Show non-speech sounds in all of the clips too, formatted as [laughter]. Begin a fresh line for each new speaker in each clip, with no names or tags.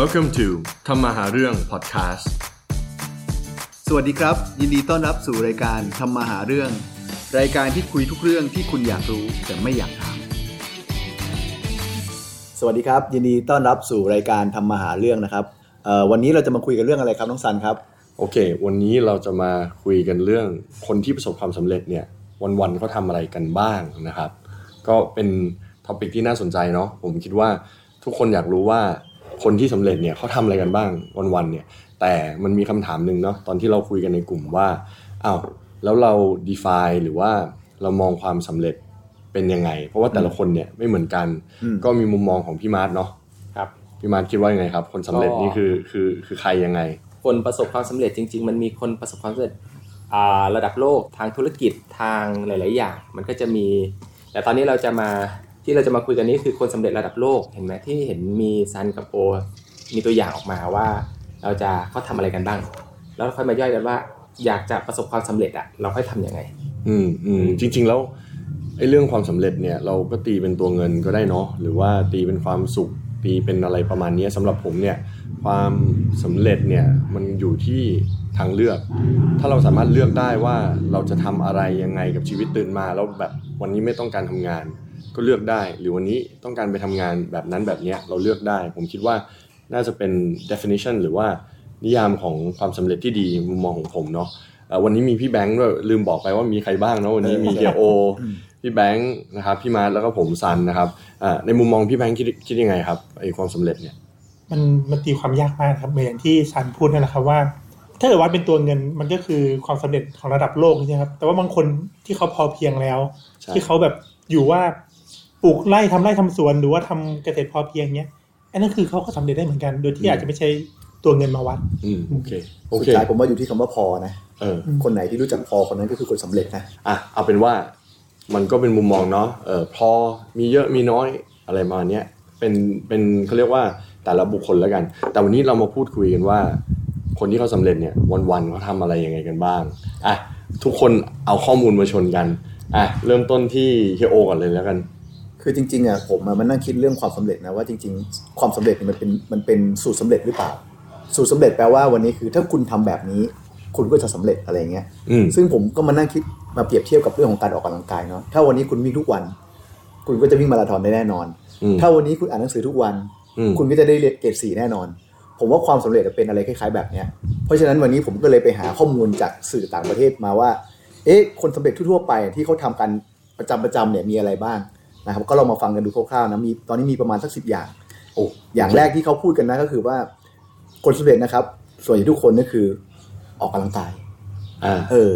Welcome to ทำมาหาเรื่อง podcast
สวัสดีครับ ยินดีต้อนรับสู่รายการทำมาหาเรื่อง รายการที่คุยทุกเรื่องที่คุณอยากรู้แต่ไม่อยากถามสวัสดีครับ ยินดีต้อนรับสู่รายการทำมาหาเรื่องนะครับเอ่อวันนี้เราจะมาคุยกันเรื่องอะไรครับน้องซันครับ
โอเค วันนี้เราจะมาคุยกันเรื่องคนที่ประสบความสำเร็จเนี่ยวันๆเขาทำอะไรกันบ้างนะครับ ก็เป็นท็อปิกที่น่าสนใจเนาะผมคิดว่าทุกคนอยากรู้ว่าคนที่สำเร็จเนี่ยเขาทำอะไรกันบ้างวันๆเนี่ย แต่มันมีคำถามหนึ่งเนาะตอนที่เราคุยกันในกลุ่มว่าอ้าวแล้วเรา define หรือว่าเรามองความสำเร็จเป็นยังไง เพราะว่าแต่ละคนเนี่ยไม่เหมือนกัน
อืม
ก็มีมุมมองของพี่มาร์ทเนาะ
ครับ
พี่มาร์ทคิดว่ายังไงครับ คนสำเร็จนี่คือคือคือใครยังไง
คนประสบความสำเร็จจริง ๆ มันมีคนประสบความสำเร็จอ่าระดับโลกทางธุรกิจทางหลาย ๆ อย่าง มันก็จะมี แต่ตอนนี้เราจะมาที่เราจะมาคุยกันนี้คือคนสำเร็จระดับโลกเห็นไหมที่เห็นมีซันกับโอมีตัวอย่างออกมาว่า เราจะเขาทำอะไรกันบ้าง แล้วค่อยมาย่อยกันว่า อยากจะประสบความสำเร็จอะเราค่อยทำยังไง
อืมอืม
อืม
จริงๆแล้วไอ้เรื่องความสำเร็จเนี่ยเราก็ตีเป็นตัวเงินก็ได้เนาะหรือว่าตีเป็นความสุข ตีเป็นอะไรประมาณเนี้ยสำหรับผมเนี่ยความสำเร็จเนี่ยมันอยู่ที่ทางเลือก ถ้าเราสามารถเลือกได้ว่าเราจะทำอะไรยังไงกับชีวิตตื่นมาแล้วแบบวันนี้ไม่ต้องการทำงาน ก็เลือกได้ หรือวันนี้ต้องการไปทำงานแบบนั้นแบบเนี้ยเราเลือกได้ ผมคิดว่าน่าจะเป็น definition หรือว่านิยามของความสำเร็จที่ดีมุมมองของผมเนาะ เอ่อวันนี้มีพี่แบงค์ด้วยลืมบอกไปว่ามีใครบ้างเนาะวันนี้มีเฮียโอ
อืม
พี่แบงค์นะครับพี่มาร์ทแล้วก็ผมซันนะครับอ่าในมุมมองพี่แบงค์คิดคิดยังไงครับไอความสำเร็จเนี่ย
มันมันตีความยากมากนะครับเหมือนอย่างที่ซันพูดนั่นแหละครับว่า ถ้าเกิดว่าเป็นตัวเงินมันก็คือความสำเร็จของระดับโลกใช่ไหมครับ แต่ว่าบางคนที่เขาพอเพียงแล้ว
ใช่
ที่เขาแบบอยู่ว่าปลูกไร่ทำไร่ทำสวนหรือว่าทำเกษตรพอเพียงเนี้ยอันนั้นคือเขาก็สำเร็จได้เหมือนกัน โดยที่อาจจะไม่ใช่ตัวเงินมาวัด
อืมโอเคโอ
สุ
เค
ดท้ายผมว่าอยู่ที่คำว่าพอนะ
เออ
ม
คนไหนที่รู้จักพอคนนั้นก็คือคนสำเร็จนะ
อ่ะเอาเป็นว่ามันก็เป็นมุมมองเนาะเออพอมีเยอะมีน้อยอะไรประมาณเนี้ยเป็นเป็นเขาเรียกว่าแต่ละบุคคลแล้วกัน แต่วันนี้เรามาพูดคุยกันว่า คนที่เขาสำเร็จเนี่ยวันๆเขาทำอะไรยังไงกันบ้างอ่ะทุกคนเอาข้อมูลมาชนกันอ่ะเริ่มต้นที่เฮยโอก่อนเลยแล้วกัน
คือจริงๆอ่ะผมอะมันนั่งคิดเรื่องความสำเร็จนะว่าจริง ๆ ความสำเร็จเนี่ยมันเป็นมันเป็นสูตรสำเร็จหรือเปล่า สูตรสำเร็จแปลว่าวันนี้คือถ้าคุณทำแบบนี้ คุณก็จะสำเร็จอะไรอย่างเงี้ย
อืม
ซึ่งผมก็มานั่งคิดมาเปรียบเทียบกับเรื่องของการออกกำลังกายเนาะถ้าวันนี้คุณวิ่งทุกวัน คุณก็จะวิ่งมาราธอนได้แน่นอน
อืม
ถ้าวันนี้คุณอ่านหนังสือทุกวัน
อืม
คุณก็จะได้เรียนเกรดสี่แน่นอน ผมว่าความสำเร็จเป็นอะไรคล้ายๆแบบเนี้ยเพราะฉะนั้นวันนี้ผมก็เลยไปหาข้อมูลจากสื่อต่างประเทศมาว่า เอ๊ะ คนสำเร็จทั่วๆไปที่เขาทำกันประจำประจำเนี่ยมีอะไรบ้างนะครับก็ลองมาฟังกันดูคร่าวๆนะมีตอนนี้มีประมาณสักสิบอย่าง
โอ้
อย่างแรกที่เขาพูดกันนะก็คือว่า คนสำเร็จนะครับส่วนใหญ่ทุกคนก็คือออกกำลังกาย
อ่า
เออ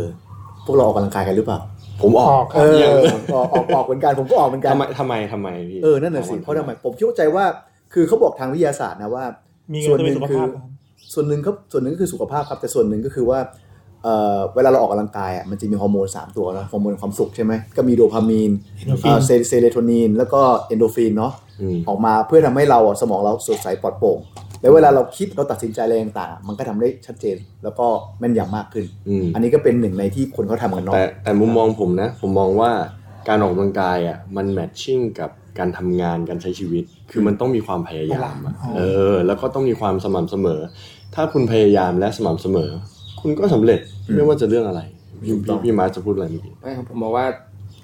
พวกเราออกกำลังกายกันหรือเปล่า
ผมออก
เออ
ยัง
ออกออกออกเหมือนกัน ผมก็ออกเหมือนกัน
ทำไมทำไมทำไมพี่
เออ นั่นน่ะสิ เพราะทำไม ผมเข้าใจว่า คือเขาบอกทางวิทยาศาสตร์นะว่า
มี
ส่
เงิ
วน
นจะ
หนึ่
เป็
ง
นสุข
คือ
ภาพนะครับ
ส่วนหนึ่งครับ ส่วนหนึ่งก็คือสุขภาพครับ แต่ส่วนหนึ่งก็คือว่า เอ่อ เวลาเราออกกำลังกายอ่ะ มันจะมีฮอร์โมน 3 ตัวนะฮอร์โมนความสุขใช่ไหม ก็มีโดพามีน
เห็นไหมฟิ
เอ่
ล์
อ
ม
เซเซเลโทนิน แล้วก็เอนโดรฟินเนาะ
อืม
ออกมาเพื่อทำให้เราอะสมองเราสดใสปลอดโปร่ง แล้วเวลาเราคิดเราตัดสินใจอะไรต่างๆ มันก็ทำได้ชัดเจน แล้วก็แม่นยำมากขึ้น
อืม
อันนี้ก็เป็นหนึ่งในที่คนเขาทำกันเนาะ
แต่แต่มุมมองผมนะ ผมมองว่าการออกกำลังกายอ่ะมันแมทชิ่งกับการทำงานการใช้ชีวิต คือมันต้องมีความพยายามอะ
อ๋อ
เออ แล้วก็ต้องมีความสม่ำเสมอ ถ้าคุณพยายามและสม่ำเสมอ คุณก็สำเร็จ
อืม
ไม่ว่าจะเรื่องอะไรพี่
ถูกต้อ
พี่
ง
พี่มาร์คจะพูดอะไรเมื่อกี้
ไม่ครับผมมองว่า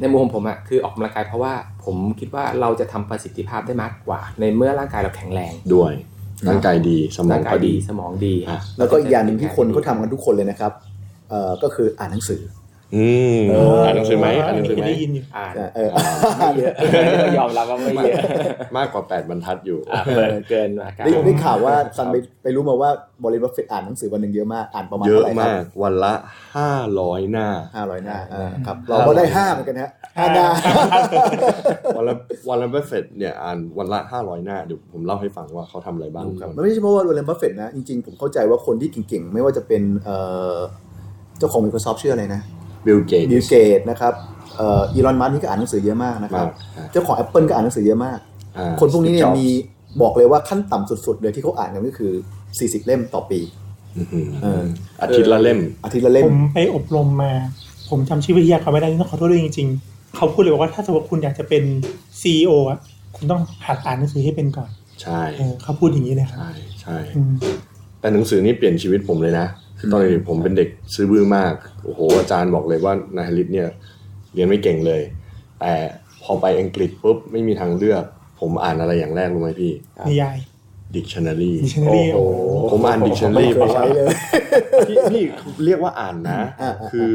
ในมุมของผมอะคือออกกำลังกายเพราะว่าผมคิดว่าเราจะทำประสิทธิภาพได้มากกว่า ในเมื่อร่างกายเราแข็งแรง
ด้วยร่างกายดีสมอ
ร่าง งกาย
ก็
ดี
ดี
สมองดี
อ่ะ
แล้วก็อีกอย่างหนึ่งที่คนเขาทำกันทุกคนเลยนะครับเอ่อก็คืออ่านหนังสือ
อืม
เอ
อ่านหนังสือไหมอ่านหนังสือไหม
ได้ยินอยู่
อ่าน
อ่าเออ
ไม่เยอะเรายอมรับว่าไม่เยอะ
มากกว่า 8 บรรทัดอยู่
อ่ะเกินเกินมากา
[laughs]
ร
ได้ได้ข่าวว่าซันไปไปรู้มาว่าบริบัฟเฟตอ่านหนังสือวันหนึ่งเยอะมาก อ่านประมาณ
เย
เท่า
อะ
ไหร่ครั
มา
บ
กวันละ 500 หน้า
ห้าร้อยหน้าอ่าครับ เราก็ได้ห้าเหมือนกันฮะห้า
ห้า
หน้า
วันละวันละเบฟเฟตเนี่ยอ่านวันละ 500 หน้าเดี๋ยวผมเล่าให้ฟังว่าเขาทำอะไรบ้าง
[laughs] มันไม่ใช่เพราะว่าบริบัฟเฟตนะ จริงๆ ผมเข้าใจว่าคนที่เก่งๆ ไม่ว่าจะเป็นเอ่อเจ้าของ Microsoft ชื่ออะไรนะ
บิลเกต
บิลเกตนะครับเอ่ออีลอนมัสนี่ก็อ่านหนังสือเยอะมากนะค
มา
รับ
กอ่ะ
เจ้าของ Apple ก็อ่านหนังสือเยอะมาก
อ่า
คนพวกนี้เนี่ย
Steve Jobs
มีบอกเลยว่าขั้นต่ำสุด ๆ เลยที่เขาอ่านกันก็คือ 40 เล่มต่อปี
อื้อหือ
เออ
อาทิตย์ละเล่ม
อาทิตย์ละเล่
ผม มไปอบรมมา ผมจำชื่อวิทยากรไม่ได้ต้องขอโทษด้วยจริงๆ เขาพูดเลยบอกว่าถ้าสมมติคุณอยากจะเป็นซีอโอะคุณต้องหัดอ่านหนังสือให้เป็นก่อน
ใช่
เออเขาพูดอย่างนี้เลยครับ
ใช่ใช่
อืม
แต่หนังสือนี่เปลี่ยนชีวิตผมเลยนะคือตอนเด็กผมเป็นเด็กซื้อบื้อมาก โอ้โห อาจารย์บอกเลยว่านายฮริตเนี่ยเรียนไม่เก่งเลย แต่พอไปอังกฤษปุ๊บไม่มีทางเลือก ผมอ่านอะไรอย่างแรกรู้ไหมพี่
นิยาย
dictionary
Dictionary
โอ้โหผมอ่าน
ไม่
dictionary
เค
เพ
ย
ราะว่า
ใช้เลย
พี่พี่เรียกว่าอ่านนะ
อ่าอ่า
คือ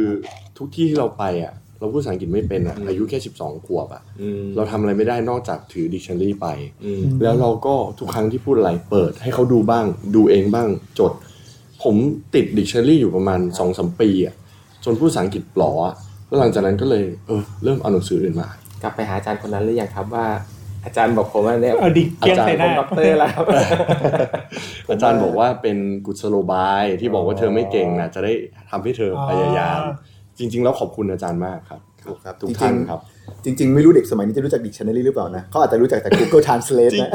ทุกที่ที่เราไปอ่ะ เราพูดภาษาอังกฤษไม่เป็นอ่ะอายุแค่ 12 ขวบอ่ะ
อืม
เราทำอะไรไม่ได้นอกจากถือ dictionary ไป
อืม
แล้วเราก็ทุกครั้งที่พูดอะไรเปิด ให้เขาดูบ้าง ดูเองบ้างจด ผมติดดิกชันนารีอยู่ประมาณสองสมปีอ่ะจนพูดภาษาอังกฤษปลออะแล้วหลังจากนั้นก็เลยเออเริ่มเอาหนังสืออื่นมาอ่าน
กลับไปหาอาจารย์คนนั้นหรือยังครับว่า อาจารย์บอกผมว่าเนี่ย
เอาดิเกลียงใส่ห
ผ
น้าม
ด็อกเตอร์แล้ว
[laughs] อาจารย์บอกว่าเป็นกุศโลบายที่บอกว่าเธอไม่เก่งนะจะได้ทำให้เธอพยายาม จริง ๆ แล้วขอบคุณอาจารย์มากครับ
ครับครับ
ทุกท่าน
จริงๆ
ครับ
จริง ๆ ไม่รู้เด็กสมัยนี้จะรู้จักดิกชันนารีหรือเปล่านะเขาอาจจะรู้จักแต่ Google Translate นะ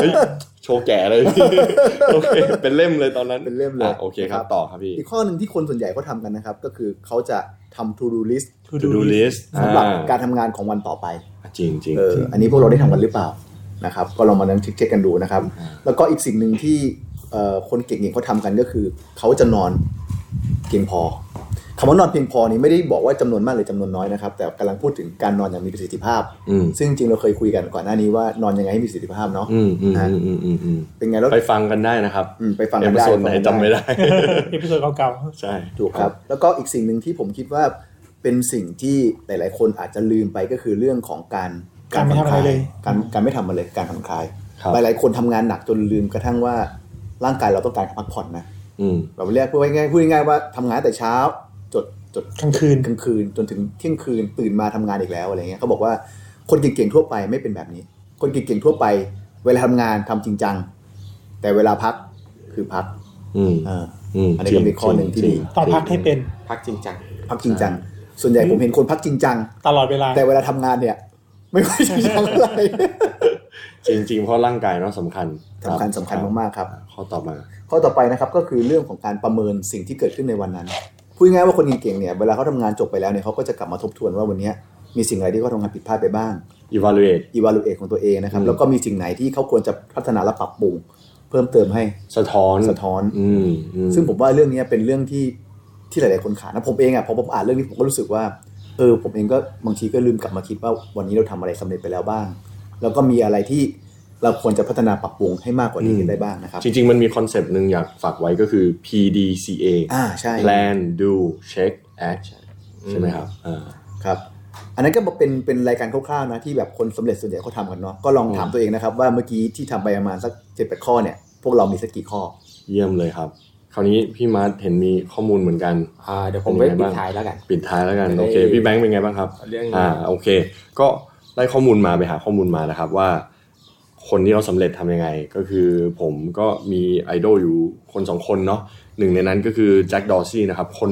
เฮ้ยโชว์แก่
[laughs]
เลย โอเคเป็นเล่มเลยตอนนั้น
เป็นเล่มเลย
อ่ะโอเคครับต่อครับพี่
อีกข้อหนึ่งที่คนส่วนใหญ่เขาทำกันนะครับ ก็คือเขาจะทำ to do list
to do list
สำหรับ
อ่
การทำงานของวันต่อไป
จริงจริง
เอออันนี้พวกเราได้ทำกันหรือเปล่านะครับ ก็ลองมานั่งเช็คๆกันดูนะครับ แล้วก็อีกสิ่งหนึ่งที่เอ่อคนเก่งๆเขาทำกันก็คือ เขาจะนอนเพียงพอคำว่านอนเพียงพอนี้ไม่ได้บอกว่าจำนวนมากหรือจำนวนน้อยนะครับ แต่กำลังพูดถึงการนอนอย่างมีประสิทธิภาพ
อืม
ซึ่งจริงๆเราเคยคุยกันก่อนหน้านี้ว่านอนยังไงให้มีประสิทธิภาพเนาะ
อืมอืมอืมอืมอืมอืม
เป็นไงแล้ว
ไปฟังกันได้นะครับ
อืมไปฟัง
เอ
กัน
พิ
ได้
โซดไหน
ฟังกัน
จำ
[laughs]
ไม่ได้
[laughs] เอพิโซดเก่าๆ
ใช่
ถูกครับ แล้วก็อีกสิ่งหนึ่งที่ผมคิดว่าเป็นสิ่งที่หลาย ๆ คนอาจจะลืมไปก็คือเรื่องของการ
การไม่ทำอะ
ผ่อนค
ไร
ลาย
เลย
การการไม่ทำอะไรการผ่อนคลาย
ครับ
หลายๆคนทำงานหนักจนลืมกระทั่งว่าร่างกายเราต้องการพักผ่อนนะ
อืม
เราเรียกพูดง่ายๆพูดง่ายๆว่าทำงานแต่เช้า จดจด
กลางคืน
กลางคืนจนถึงเที่ยงคืนตื่นมาทำงานอีกแล้วอะไรเงี้ยเขาบอกว่าคนเก่งๆทั่วไปไม่เป็นแบบนี้ คนเก่งๆทั่วไป เวลาทำงานทำจริงจัง แต่เวลาพักคือพัก
อืม
อ่า
อืม
อันนี้ก็เป็นข้อหนึ่งที่ดี
ต้องพักให้เป็น
พักจริงจัง
พักจริงจัง ส่วนใหญ่ผมเห็นคนพักจริงจัง
ตลอดเวลา
แต่เวลาทำงานเนี่ย ไม่ค่อยจริงจังเท่าไหร่
จริงจริงๆเพราะร่างกายเนาะสำคัญ
[laughs] สำคัญสำคัญมากๆครับ
ๆข้อต่อมา
ข้อต่อไปนะครับก็คือเรื่องของการประเมินสิ่งที่เกิดขึ้นในวันนั้นพูดง่ายๆว่าคนเก่งๆเนี่ยเวลาเขาทำงานจบไปแล้วเนี่ยเขาก็จะกลับมาทบทวนว่าวันเนี้ยมีสิ่งอะไรที่เขาทำงานผิดพลาดไปบ้าง
evaluate
evaluate ของตัวเองนะครับ
อืม
แล้วก็มีสิ่งไหนที่เขาควรจะพัฒนาและปรับปรุง เพิ่มเติมให้
สะท้อน
สะท้อน
อืมอืม
ซึ่งผมว่าเรื่องเนี้ยเป็นเรื่องที่ที่หลาย ๆ คนขาดนะผมเองอะ่ะพอผมอ่านเรื่องนี้ผมก็รู้สึกว่าเออผมเองก็บางทีก็ลืมกลับมาคิดว่าวันนี้เราทำอะไรสำเร็จไปแล้วบ้าง แล้วก็มีอะไรที่เราควรจะพัฒนาปรับปรุงให้มากกว่านี้ได้บ้างนะครับ
จริง ๆ มันมีคอนเซปต์หนึ่งอยากฝากไว้ก็คือ PDCA
อ่าใช่
plan do check act ใช่ไหมครับอ่า
ครับ อันนั้นก็เป็นเป็นรายการคร่าวๆนะที่แบบคนสำเร็จส่วนใหญ่เขาทำกันเนาะก็ลองถามตัวเองนะครับว่าเมื่อกี้ที่ทำไปประมาณสักเจ็ดแปดข้อเนี่ยพวกเรามีสักกี่ข้อ
เยี่ยมเลยครับ คราวนี้พี่มาร์ทเห็นมีข้อมูลเหมือนกัน
อ่าเดี๋ยวผมไป
เป็นยังไงบ้า
ปิด
ง
ท้ายแล้วกัน
ปิดท้ายแล้วกัน
จะได้
โอเค พี่แบงค์เป็นไงบ้างครับ
เรื่อง
อ่าโอเค ก็ได้ข้อมูลมาไปหาข้อมูลมานะครับว่า คนที่เราสำเร็จทำยังไง ก็คือผมก็มีไอดอลอยู่คนสองคนเนาะหนึ่งในนั้นก็คือแจ็คดอร์ซี่นะครับ คน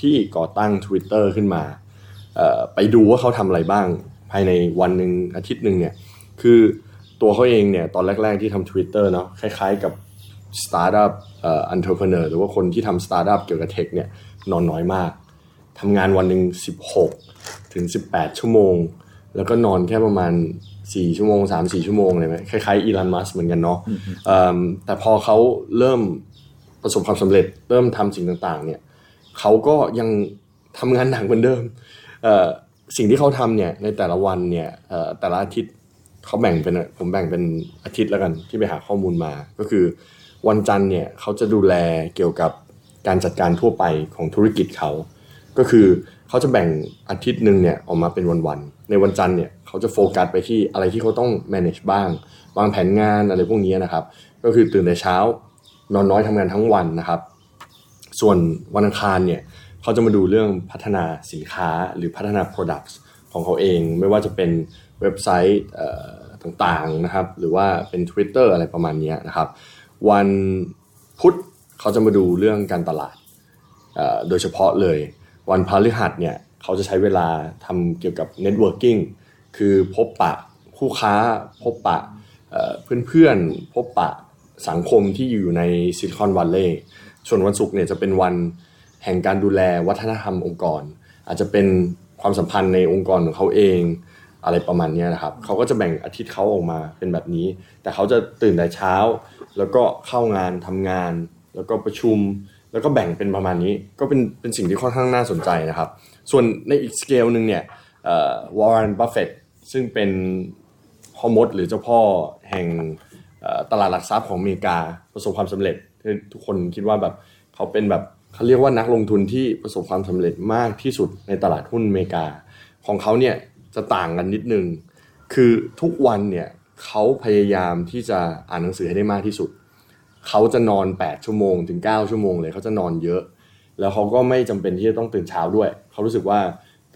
ที่ก่อตั้ง Twitter ขึ้นมาเอ่อไปดูว่าเขาทำอะไรบ้าง ภายในวันหนึ่งอาทิตย์หนึ่งเนี่ย คือตัวเขาเองเนี่ยตอนแรก ๆที่ทำ Twitter เนาะคล้ายๆกับ Startup เอ่อ entrepreneur หรือว่าคนที่ทำ Startup เกี่ยวกับเทคเนี่ยนอนน้อยมากทำงานวันหนึ่ง16 ถึง 18 ชั่วโมง แล้วก็นอนแค่ประมาณ 4 ชั่วโมง 3-4 ชั่วโมงเลยไหมคล้ายๆอีลอนมัสเหมือนกันเนาะเอิ่มแต่พอเขาเริ่มประสบความสำเร็จเริ่มทำสิ่งต่างๆเนี่ยเขาก็ยังทำงานหนักเหมือนเดิมเอ่อสิ่งที่เขาทำเนี่ยในแต่ละวันเนี่ยเอ่อแต่ละอาทิตย์ เขาแบ่งเป็นผมแบ่งเป็นอาทิตย์แล้วกันที่ไปหาข้อมูลมา ก็คือวันจันทร์เนี่ยเขาจะดูแลเกี่ยวกับการจัดการทั่วไปของธุรกิจเขา ก็คือเขาจะแบ่งอาทิตย์หนึ่งเนี่ยออกมาเป็นวันๆในวันจันทร์เนี่ยเขาจะโฟกัสไปที่อะไรที่เขาต้อง manage บ้าง วางแผนงานอะไรพวกนี้นะครับ ก็คือตื่นแต่เช้านอนน้อยทำงานทั้งวันนะครับ ส่วนวันอังคารเนี่ยเขาจะมาดูเรื่องพัฒนาสินค้าหรือพัฒนา products ของเขาเอง ไม่ว่าจะเป็นเว็บไซต์เอ่อต่างๆนะครับ หรือว่าเป็น Twitter อะไรประมาณเนี้ยนะครับ วันพุธเขาจะมาดูเรื่องการตลาดเอ่อโดยเฉพาะเลย วันพฤหัสเนี่ยเขาจะใช้เวลาทำเกี่ยวกับ Networking คือพบปะคู่ค้าพบปะเอ่อเพื่อนๆ พบปะสังคมที่อยู่ในซิลิคอนวัลเลย์ ส่วนวันศุกร์เนี่ยจะเป็นวันแห่งการดูแลวัฒนธรรมองค์กร อาจจะเป็นความสัมพันธ์ในองค์กรของเขาเอง อะไรประมาณเนี้ยนะครับเขาก็จะแบ่งอาทิตย์เขาออกมาเป็นแบบนี้ แต่เขาจะตื่นแต่เช้า แล้วก็เข้างานทำงาน แล้วก็ประชุม แล้วก็แบ่งเป็นประมาณนี้ ก็เป็นเป็นสิ่งที่ค่อนข้างน่าสนใจนะครับ ส่วนในอีกสเกลหนึ่งเนี่ยเวอร์เรนบัฟเฟตซึ่งเป็นพ่อมดหรือเจ้าพ่อแห่งเอ่อตลาดหลักทรัพย์ของอเมริกาประสบความสำเร็จที่ทุกคนคิดว่าแบบเขาเป็นแบบเขาเรียกว่านักลงทุนที่ประสบความสำเร็จมากที่สุดในตลาดหุ้นอเมริกา ของเขาเนี่ยจะต่างกันนิดนึง คือทุกวันเนี่ยเขาพยายามที่จะอ่านหนังสือให้ได้มากที่สุด เขาจะนอน 8 ชั่วโมงถึง 9 ชั่วโมงเลยเขาจะนอนเยอะ แล้วเขาก็ไม่จำเป็นที่จะต้องตื่นเช้าด้วย เขารู้สึกว่า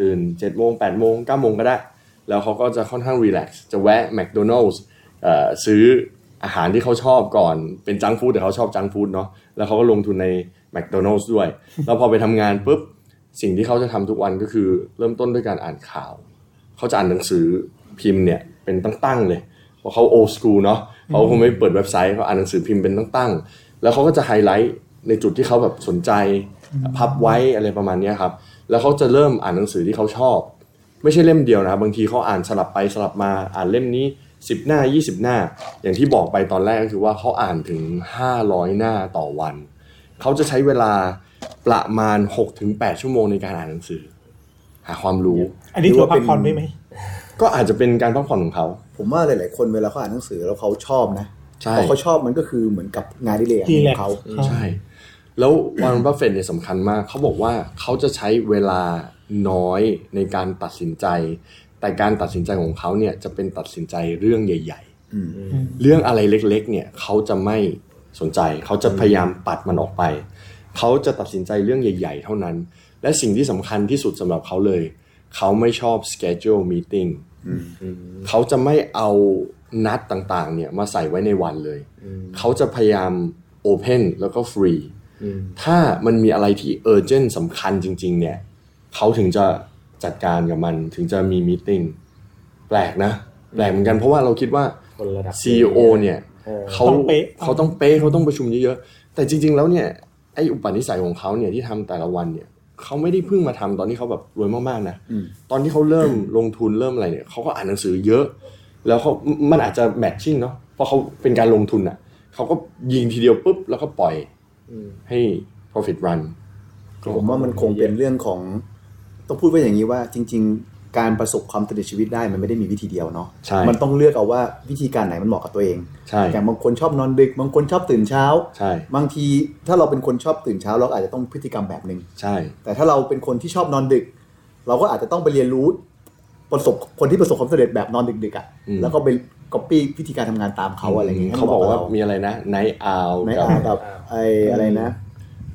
ตื่น7จ็ดโมงแปดโมงเก้าโมงก็ได้ แล้วเขาก็จะค่อนข้างรีแลกซ์จะแวะ McDonald's เอ่อซื้ออาหารที่เขาชอบก่อนเป็นจังฟู้ดแต่เขาชอบจังฟู้ดเนาะแล้วเขาก็ลงทุนใน McDonald's ด้วย แล้วพอไปทำงานปุ๊บสิ่งที่เขาจะทำทุกวันก็คือเริ่มต้นด้วยการอ่านข่าว เขาจะอ่านหนังสือพิมพ์เนี่ยเป็นตั้งๆเลยเพราะเขาโอสกูเนาะเขาคงไม่เปิดเว็บไซต์เขาอ่านหนังสือพิมพ์เป็นตั้งๆ แล้วเขาก็จะไฮไลท์ในจุดที่เขาแบบสนใจพับไว้อะไรประมาณเนี้ยครับแล้วเขาจะเริ่มอ่านหนังสือที่เขาชอบ ไม่ใช่เล่มเดียวนะครับบางทีเขาอ่านสลับไปสลับมาอ่านเล่มนี้ 10 หน้า 20 หน้า อย่างที่บอกไปตอนแรกก็คือว่าเขาอ่านถึง 500 หน้าต่อวัน เขาจะใช้เวลาประมาณ 6-8 ชั่วโมงในการอ่านหนังสือ หาความรู้
อันนี้ถือว่าพักผ่อนได้วยไหม
ก็อาจจะเป็นการพักผ่อนของเขา
ผมว่าหลาย ๆ คนเวลาเขาอ่านหนังสือแล้วเขาชอบนะ
ใช่
พอเขาชอบมันก็คือเหมือนกับงานอดิเรกของเขา
Relax ครับ
ใช่ แล้ววอร์เรนบัฟเฟตเนี่ยสำคัญมาก เขาบอกว่าเขาจะใช้เวลาน้อยในการตัดสินใจ แต่การตัดสินใจของเขาเนี่ยจะเป็นตัดสินใจเรื่องใหญ่
อืม
ๆ เรื่องอะไรเล็ก ๆ เนี่ยเขาจะไม่สนใจ เขาจะพยายามปัดมันออกไป เขาจะตัดสินใจเรื่องใหญ่ ๆ เท่านั้น และสิ่งที่สำคัญที่สุดสำหรับเขาเลย เขาไม่ชอบ schedule meeting
อืม
เขาจะไม่เอานัดต่าง ๆ เนี่ยมาใส่ไว้ในวันเลย
อืม
เขาจะพยายาม Open แล้วก็ฟรี
อืม
ถ้ามันมีอะไรที่เออร์เจนสำคัญจริง ๆ เนี่ย เขาถึงจะจัดการกับมันถึงจะมีมีติ้งแปลกนะ แปลกเหมือนกันเพราะว่าเราคิดว่า
คนระดับ
CEO เนี่ย
เออ
เขา
ต้องเป๊ะ
เขาต้องเป๊ะเขาต้องประชุมเยอะๆ แต่จริง ๆ แล้วเนี่ยไอ้อุปนิสัยของเขาเนี่ยที่ทำแต่ละวันเนี่ยเขาไม่ได้เพิ่งมาทำตอนที่เขาแบบรวยมากๆนะ
อืม
ตอนที่เขาเริ่มลงทุนเริ่มอะไรเนี่ยเขาก็อ่านหนังสือเยอะ แล้วเขามันอาจจะแมทชิ่งเนาะเพราะเขาเป็นการลงทุนอ่ะเขาก็ยิงทีเดียวปุ๊บแล้วก็ปล่อย
อืม
ให้ profit run ก็
ผมว่ามันคงเป็นเรื่องของ ต้องพูดไว้อย่างนี้ว่าจริง ๆ การประสบความสำเร็จชีวิตได้มันไม่ได้มีวิธีเดียวเนาะ
ใช่
มันต้องเลือกเอาว่าวิธีการไหนมันเหมาะกับตัวเอง
ใช่
อย่างบางคนชอบนอนดึก บางคนชอบตื่นเช้า
ใช่
บางทีถ้าเราเป็นคนชอบตื่นเช้าเราอาจจะต้องพฤติกรรมแบบหนึ่ง
ใช่
แต่ถ้าเราเป็นคนที่ชอบนอนดึก เราก็อาจจะต้องไปเรียนรู้ประสบคนที่ประสบความสำเร็จแบบนอนดึกๆอ่ะ
อืม
แล้วก็ไปก๊อปปี้วิธีการทำงานตามเขาอะไรอย่างเงี้ยให้
เขาบอกว่า
หมะ
มีอะไรนะ night owl
ใน
กับ
อาวกับไออะไรนะ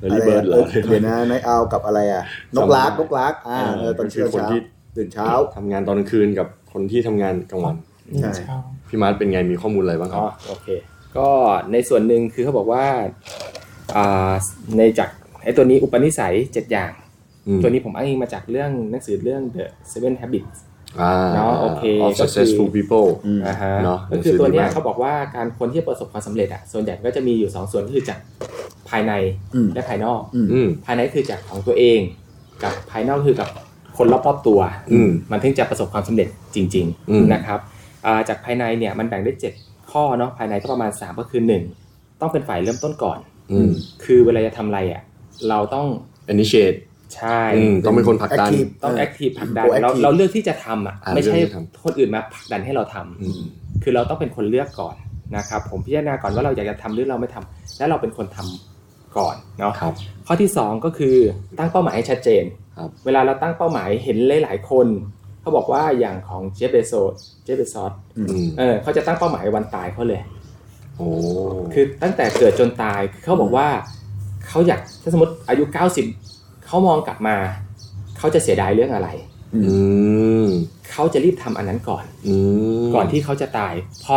early bird เหรอ
ะไะเดี๋ยวนะนายเอากับอะไรอ่ะ นกลักนกลักอ่า
เออ
เออตอนเช้า
เป็นคนที่
เช้าตื่นเช้า
ทำงานตอนกลางคืนกับคนที่ทำงานกลางวัน
ใช่
เช้า
พี่มาร์ทเป็นไงมีข้อมูลอะไรบ้างครั
อ๋
บ
อโอเค ก็ในส่วนหนึ่งคือเขาบอกว่าอ่าในจากไอ้ตัวนี้อุปนิสัย 7 อย่าง
อืม
ตัวนี้ผมอ้างอิงมาจากเรื่องหนังสือเรื่อง The Seven Habits
อ่า
เนาะโอเค
of
ก็คือ
successful people
อืม
นะฮะ
เนาะ
ก็คือตัวเนี้
ห
ย
นังสือดีมาก
เขาบอกว่าการคนที่ประสบความสำเร็จอ่ะส่วนใหญ่ก็จะมีอยู่ 2 ส่วนคือจากภายใน
อืม
และภายนอก
อืม
อืม
ภายในคือจากของตัวเองกับภายนอกคือกับคนรอบๆตัว
อืม
มันถึงจะประสบความสำเร็จจริง
อืม
ๆนะครับอ่าจากภายในเนี่ยมันแบ่งได้ 7 ข้อเนาะภายในก็ประมาณ 3 ก็คือ 1 ต้องเป็นฝ่ายเริ่มต้นก่อน
อืม
คือเวลาจะทำอะไรอ่ะเราต้อง
initiate
ใช่
อืมต้องเป็นคนผลักดัน
active
ต้อง
เออ
แอคทีฟผลักดัน
proactive
เราเราเลือกที่จะทำอ่ะ
อ่า
ไม่ใช่
เลือกที่จะทำ
คนอื่นมาผลักดันให้เราทำ
อืม
คือเราต้องเป็นคนเลือกก่อนนะครับผมพิจารณาก่อนว่าเราอยากจะทำหรือเราไม่ทำและเราเป็นคนทำก่อนเนาะ
ครับ
ข้อที่ 2 ก็คือตั้งเป้าหมายให้ชัดเจน
ครับ
เวลาเราตั้งเป้าหมายเห็นหลาย ๆ คน เขาบอกว่าอย่างของเจฟเบโซสเจฟเบซอส
อืม
เออเขาจะตั้งเป้าหมายวันตายเขาเลย
โอ้
คือตั้งแต่เกิดจนตายเขาบอกว่าเขาอยากถ้าสมมติอายุ 90 เขามองกลับมา เขาจะเสียดายเรื่องอะไร
อืม
เขาจะรีบทำอันนั้นก่อน
อืม
ก่อนที่เขาจะตาย พอ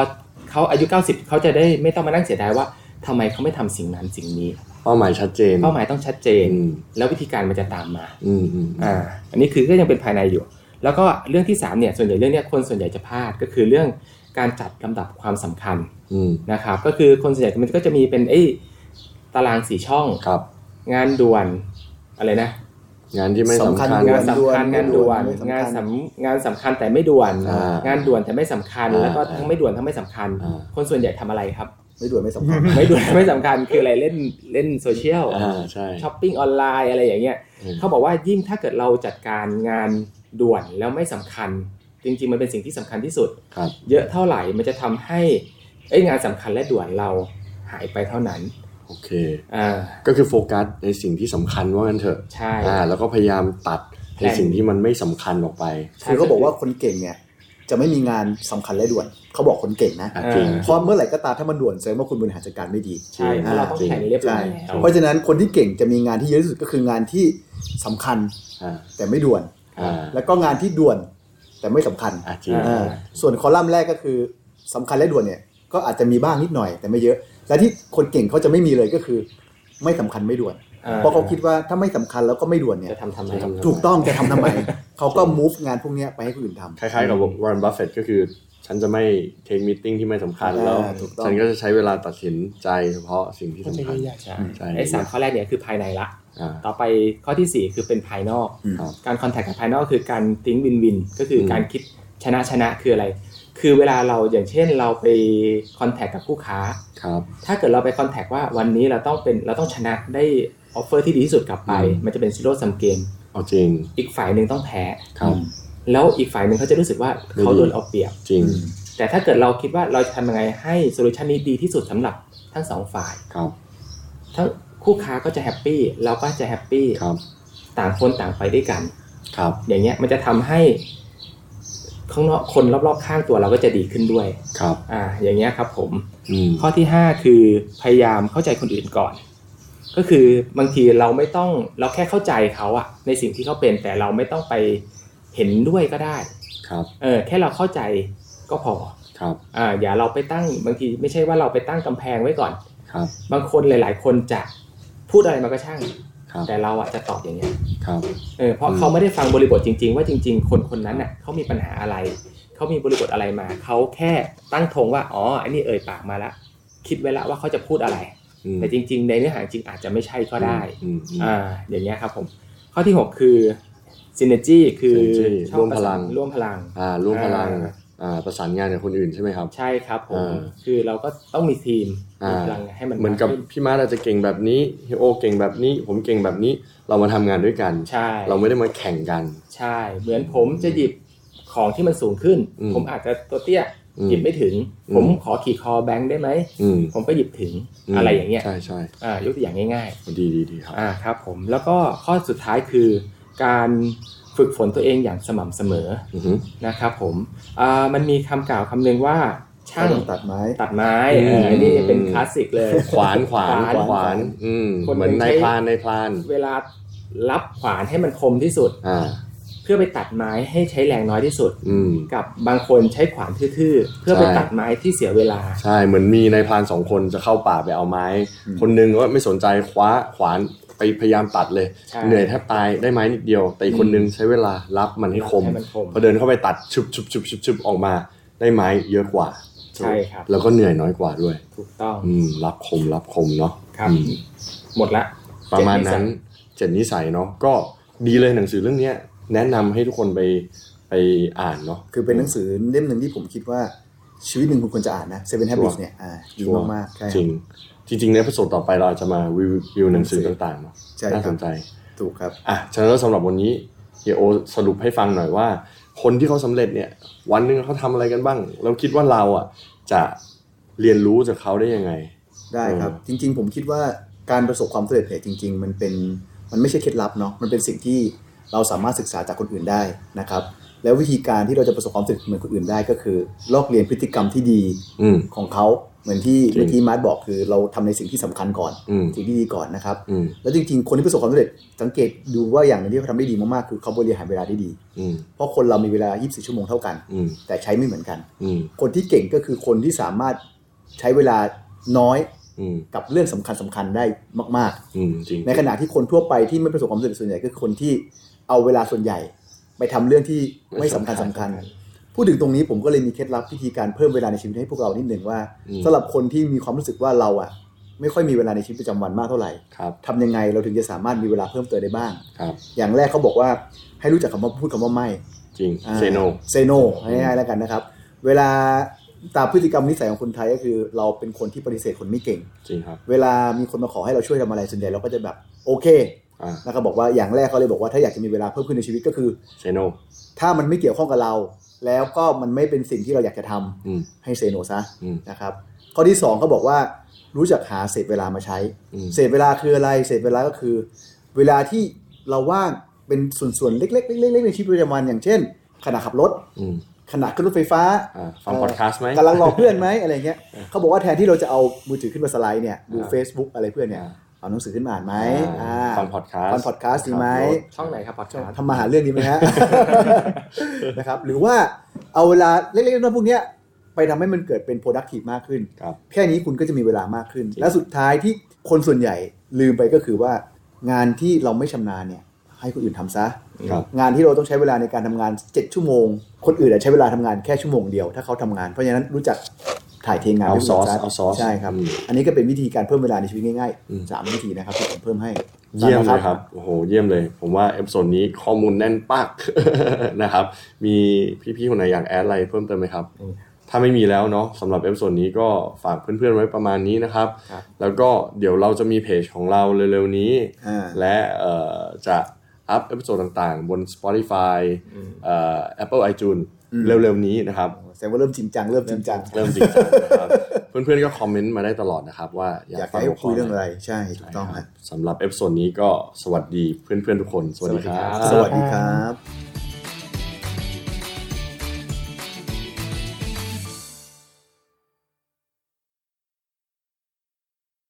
เขาอายุ 90 เขาจะได้ไม่ต้องมานั่งเสียดายว่าทำไมเขาไม่ทำสิ่งนั้นสิ่งนี้
เป้าหมายชัดเจน
เป้าหมายต้องชัดเจน
อืม
แล้ววิธีการมันจะตามมา
อืมอืม
อ่าอันนี้คือก็ยังเป็นภายในอยู่ แล้วก็เรื่องที่3เนี่ยส่วนใหญ่เรื่องเนี้ยคนส่วนใหญ่จะพลาดก็คือเรื่องการจัดลำดับความสำคัญ
อืม
นะครับก็คือคนส่วนใหญ่มันก็จะมีเป็นไอ้ตารางสีช่อง
ครับ
งานด่วนอะไรนะ
งานที่ไม่สำ
สำคั
คัญ
ญด้ว
งาย นสำคัญงานด่วนงานสำงานสำคัญแต่ไม่ด่วน
อ่าง
งานด่วนแต่ไม่สำคัญ
อ่า
แล้วก็ทั้งไม่ด่วนทั้งไม่สำคัญ
อ่า
คนส่วนใหญ่ทำอะไรครับ
ไม่ด่วนไม่สำคัญ
ไม่ด่วน [laughs] ไม่สำคัญคืออะไรเล่นเล่นโซเชียล
อ่าใช่
ช้อปปิ้งออนไลน์อะไรอย่างเงี้ย
อืม
เขาบอกว่ายิ่งถ้าเกิดเราจัดการงานด่วนแล้วไม่สำคัญ จริง ๆ มันเป็นสิ่งที่สำคัญที่สุด
ครับ
เยอะเท่าไหร่มันจะทำให้เอ้ยงานสำคัญและด่วนเราหายไปเท่านั้น
โอเค
อ่า
ก็คือโฟกัสในสิ่งที่สำคัญว่างั้นเถอะ
ใช่
อ่าแล้วก็พยายามตัดในสิ่งที่มันไม่สำคัญออกไป
คือเขาบอกว่าคนเก่งเนี่ยจะไม่มีงานสำคัญและด่วน เขาบอกคนเก่งนะ
อ่ะจริง
เพราะเมื่อไหร่ก็ตามถ้ามันด่วนแสดงว่าคุณบริหารจัดการไม่ดี
ใช่เพราะเราต้องแข่งเรียบร้
ใช่
อยแล้ว
เพราะฉะนั้นคนที่เก่งจะมีงานที่เยอะที่สุดก็คืองานที่สำคัญ
อ่า
แต่ไม่ด่วน
อ่า
แล้วก็งานที่ด่วนแต่ไม่สำคัญ
อ่ะจริง
อ่าส่วนคอลัมน์แรกก็คือสำคัญและด่วนเนี่ยก็อาจจะมีบ้างนิดหน่อยแต่ไม่เยอะ และที่คนเก่งเขาจะไม่มีเลยก็คือ ไม่สำคัญไม่ด่วน
อ่
เพราะเขาคิดว่าถ้าไม่สำคัญแล้วก็ไม่ด่วนเนี่ย
จะทำทำไม
จะทำ
ถูกต้องจะทำทำไม เขาก็ move งานพวกเนี้ยไปให้คนอื่นทำ
คล้ายๆกับวอร์ n นบัฟเฟตก็คือ ฉันจะไม่เทคมิทติ้งที่ไม่สำคัญ
อ่า
แล้ว
ถูกต้อง
ฉันก็จะใช้เวลาตัดสินใจเฉพาะสิ่งที่
เข้าใจ
สำคัญ
ใหญ่
ใช่
ใช่
ไอ้สามข้อแรกเนี่ยคือภายในละ
อ่า
ต่อไปข้อที่ 4 คือเป็นภายนอก
อืม
การคอนแทคกับภายนอกคือการติ้งวินวิน ก็คืออ
ม
การคิดชนะชนะคืออะไร คือเวลาเราอย่างเช่นเราไปคอนแทคกับผู้ค้า
ครับ
ถ้าเกิดเราไปคอนแทคว่าวันนี้เราต้องเป็นเราต้องชนะได้ออฟเฟอร์ที่ดีที่สุดกลับไป
อืม
มันจะเป็นซีโร่ซัมเกม
เอาจริง
อีกฝ่ายหนึ่งต้องแพ้
ครับ
แล้วอีกฝ่ายหนึ่งเขาจะรู้สึกว่าเขาโดนเอาเปรียบ
จริง
แต่ถ้าเกิดเราคิดว่าเราจะทำยังไงให้โซลูชันนี้ดีที่สุดสำหรับทั้งสองฝ่าย
ครับ
ทั้งคู่ค้าก็จะแฮปปี้เราก็จะแฮปปี้
ครับ
ต่างคนต่างไปด้วยกัน
ครับ
อย่างเงี้ยมันจะทำให้ข้างนอกคนรอบๆข้างตัวเราก็จะดีขึ้นด้วย
ครับ
อ่า อย่างเงี้ยครับผม
อืม
ข้อที่ 5 คือพยายามเข้าใจคนอื่นก่อน ก็คือบางทีเราไม่ต้องเราแค่เข้าใจเขาอะในสิ่งที่เขาเป็นแต่เราไม่ต้องไปเห็นด้วยก็ได้
ครับ
เออแค่เราเข้าใจก็พอ
ครับ
อ่าอย่าเราไปตั้งบางทีไม่ใช่ว่าเราไปตั้งกำแพงไว้ก่อน
ครับ
บางคนหลาย ๆ คนจะพูดอะไรมาก็ช่าง
ครับ
แต่เราอะจะตอบอย่างเงี้ย
ครับ
เออเพราะ
อืม
เขาไม่ได้ฟังบริบทจริง ๆ ว่าจริง ๆ คนคนนั้นน่ะเขามีปัญหาอะไร เขามีบริบทอะไรมา เขาแค่ตั้งธงว่าอ๋ออันนี้เอ่ยปากมาละคิดไว้ละว่าเขาจะพูดอะไร
อืม
แต่จริง ๆ ในเนื้อหาจริงอาจจะไม่ใช่ก็ได้
อืมอืม
อ่าอย่างเงี้ยครับผม ข้อที่ 6 คือ synergy คือ
synergy
ช่อ
ร่วม
ประ
พลั
สาง นร่วมพลัง
อ่าร่วมพลัง
อ่า
อ่าประสานงานกับคนอื่นใช่ไหมครับ
ใช่ครับผม
อ่า
คือเราก็ต้องมีทีม
อ่า
มีพลังให้มัน
เหมือนกับ
าขึ้
พี่มาร์ทอาจจะเก่งแบบนี้เฮยโอเก่งแบบนี้ผมเก่งแบบนี้เรามาทำงานด้วยกัน
ใช่
เราไม่ได้มาแข่งกัน
ใช่ เหมือนผมจะหยิบของที่มันสูงขึ้น
อืม
ผมอาจจะตัวเตี้ย
อืม
หยิบไม่ถึง
อืม
ผมขอขี่คอแบงค์ได้ไหม
อืม
ผมก็หยิบถึง
ม
อะไรอย่างเงี้ย
ใช่ใช่
อ่ายกตัวอย่างง่าย
ดีดีดีครับ
ๆอ่าครับผมแล้วก็ข้อสุดท้ายคือ การฝึกฝนตัวเองอย่างสม่ำเสมอ
อือหือ
นะครับผมอ่ามันมีคำกล่าวคำหนึ่งว่าช่าง
ตัดไม้
ตัดไม้
อืม
เอออันนี่เป็นคลาสสิกเลย
ขวานขวาน
ขวาน
ขวานอืม
คน
เหมือน
หนึ่ง
นาย
ใช้
พรานนายพราน
เวลารับขวานให้มันคมที่สุด
อ่า
เพื่อไปตัดไม้ให้ใช้แรงน้อยที่สุด
อืม
กับบางคนใช้ขวานทื่อๆ เพื่อไป
ใช่
ตัดไม้ที่เสียเวลา
ใช่เหมือนมีนายพรานสองคนจะเข้าป่าไปเอาไม้
อืม
คนหนึงก็ไม่สนใจคว้าขวานไปพยายามตัดเลย
ใช่
เหนื่อยแทบตายได้ไม้นิดเดียว แต่อีกคนนึงใช้เวลารับมันให้คม
ให้มันคม
พอเดินเข้าไปตัดชุบชุบชุบชุบชุบออกมาได้ไม้เยอะกว่า
ใช่ครับ
แล้วก็เหนื่อยน้อยกว่าด้วย
ถูกต้อง
อืม รับคมรับคมเนาะ
ครับ
อืม
หมดละ
ประมาณนั้นเจ็ดนิสัยเนาะก็ดีเลยหนังสือเรื่องเนี้ยแนะนำให้ทุกคนไปไปอ่านเนาะ
คือเป็นหนังสือเล่มหนึ่งที่ผมคิดว่าชีวิตหนึ่งคุณควรจะอ่านนะ Seven
ชัว
Habits
ร์
เนี่ยอ่าดี
ชัวร์
มากๆใช่
จริง จริงๆในประสดต่อไปเราอาจจะมารีวิวหนังสือต่างๆเนาะ
ใช่ครับ
น่าสนใจ
ถูกครับ
อ่ะฉะนั้นแล้วสำหรับวันนี้เฮยโอสรุปให้ฟังหน่อยว่า คนที่เขาสำเร็จเนี่ย วันหนึ่งเขาทำอะไรกันบ้าง แล้วคิดว่าเราอ่ะจะเรียนรู้จากเขาได้ยังไง
ได้ครับ
เออ
จริง ๆ ผมคิดว่าการประสบความสำเร็จเนี่ยจริง ๆ มันเป็นมันไม่ใช่เคล็ดลับเนาะมันเป็นสิ่งที่เราสามารถศึกษาจากคนอื่นได้นะครับแล้ววิธีการที่เราจะประสบความสำเร็จเหมือนคนอื่นได้ก็คือ ลอกเรียนพฤติกรรมที่ดี
อืม
ของเขาเหมือนที่
จริง
เมื่อกี้มาร์ทบอกคือเราทำในสิ่งที่สำคัญก่อน
อืม
สิ่งที่ดีก่อนนะครับ
อืม
แล้วจริงๆ คนที่ประสบความสำเร็จสังเกตดูว่าอย่างหนึงที่เขาทำได้ดีมากๆคือเขาบริหารเวลาได้ดี
อืม
เพราะคนเรามีเวลา 24 ชั่วโมงเท่ากัน
อืม
แต่ใช้ไม่เหมือนกัน
อืม
คนที่เก่งก็คือคนที่สามารถใช้เวลาน้อย
อืม
กับเรื่องสำคัญสคัญๆได้มาก
อืมจริง
ๆ ในขณะที่คนทั่วไปที่ไม่ประสบความสำเร็จส่วนใหญ่ก็คือคนที่เอาเวลาส่วนใหญ่ ไปทำเรื่องที่ไม่สำคัญสคัญๆ พูดถึงตรงนี้ผมก็เลยมีเคล็ดลับวิธีการเพิ่มเวลาในชีวิตให้พวกเรานิดหนึ่งว่าสำหรับคนที่มีความรู้สึกว่าเราอะ ไม่ค่อยมีเวลาในชีวิตประจำวันมากเท่าไหร่
ครับ
ทำยังไงเราถึงจะสามารถมีเวลาเพิ่มเติมได้บ้าง
ครับ
อย่างแรกเขาบอกว่าให้รู้จักคำว่าพูดคำว่าไม่
จริงเซโน
เซโนง่ายๆแล้วกันนะครับ เวลาตามพฤติกรรมนิสัยของคนไทยก็คือ เราเป็นคนที่ปฏิเสธคนไม่เก่ง
จริงครับ
เวลามีคนมาขอให้เราช่วยทำอะไรส่วนใหญ่เราก็จะแบบโอเค
อ่า
นะครับบอกว่าอย่างแรกเขาเลยบอกว่าถ้าอยากจะมีเวลาเพิ่มขึ้นในชีวิตก็คือ
เซโน
ถ้ามันไม่เกี่ยวข้องกับเรา แล้วก็มันไม่เป็นสิ่งที่เราอยากจะทำ
อืม
ให้เซโนซะ
อืม
นะครับข้อที่สองเขาบอกว่ารู้จักหาเศษเวลามาใช้
อืม
เศษเวลาคืออะไร เศษเวลาก็คือ เวลาที่เราว่างเป็นส่วนๆเล็กๆเล็กๆเล็กๆในชีวิตประจำวันอย่างเช่น ขณะขับรถ
อืม
ขณะขึ้นรถไฟฟ้า
อ่าฟังพอดแคสต์ไหม
กำลังรอเพื่อนไหมอะไรเงี้ยเขาบอกว่าแทนที่เราจะเอามือถือขึ้นมาสไลด์เนี่ยดู
อ่า
Facebook อะไรเพื่อนเนี่ย
อ่า
เอาหนังสือขึ้นมาอ่านไหม
อ่า
อ่า
ฟังพอดแคสต์
ฟังพอดแคสต์ดีไหม
ช่องไหนครับพอดแคสต์
ทำมาหาเรื่องดีไหม
[laughs]
ฮะ นะครับหรือว่าเอาเวลาเล็กๆน้อยๆพวกเนี้ยไปทำให้มันเกิดเป็น productive มากขึ้น
ครับ
แค่นี้คุณก็จะมีเวลามากขึ้น
จริง
และสุดท้ายที่คนส่วนใหญ่ลืมไปก็คือว่างานที่เราไม่ชำนาญเนี่ยให้คนอื่นทำซะ
ครับ
งานที่เราต้องใช้เวลาในการทำงาน 7 ชั่วโมง คนอื่นอะใช้เวลาทำงานแค่ชั่วโมงเดียว ถ้าเขาทำงานเพราะฉะนั้นรู้จักถ่ายเทงาน
เอา
ให้
ซ
คน
อ
อื่น
ส
ซะ
เอาซอส
ใช่ครับ
อืม
อันนี้ก็เป็นวิธีการเพิ่มเวลาในชีวิตง่าย
อืม
ๆสามวิธีนะครับที่ผมเพิ่มให้
เยี่ยมเลยค
นะ
รับ โอ้โห เยี่ยมเลย ผมว่าเอพิโซดนี้ข้อมูลแน่นปัก [laughs] นะครับ มีพี่ๆคนไหนอยากแอดอะไรเพิ่มเติมไหมครับ
อืม
ถ้าไม่มีแล้วเนาะสำหรับเอพิโซดนี้ก็ฝากเพื่อนๆไว้ประมาณนี้นะครับ
ครับ
แล้วก็เดี๋ยวเราจะมีเพจของเราเร็วๆนี้
อ่า
และเอ่อจะอัพเอพิโซดต่างๆ บน Spotify เอ่อ Apple iTunes
อืม
เร็วๆนี้นะครับ
แสดงว่าเริ่มจริงจังเริ่มจริงจัง
เริ่มจริงจังนะครับ
[laughs]
เพื่อนๆก็คอมเมนต์มาได้ตลอดนะครับ ว่าอยา
อยาก ก
ฟัง
ให้
หัวข้
คุ
อย ไห
เรื่อง
น
อะไรใช่ถูกต้อง
ใช่ค
ฮะ
รับสำหรับเอพิโซดนี้ก็สวัสดีเพื่อนๆทุกคน สวัสดีครั
สวัสดีครับ
บ
สวัสดีครับ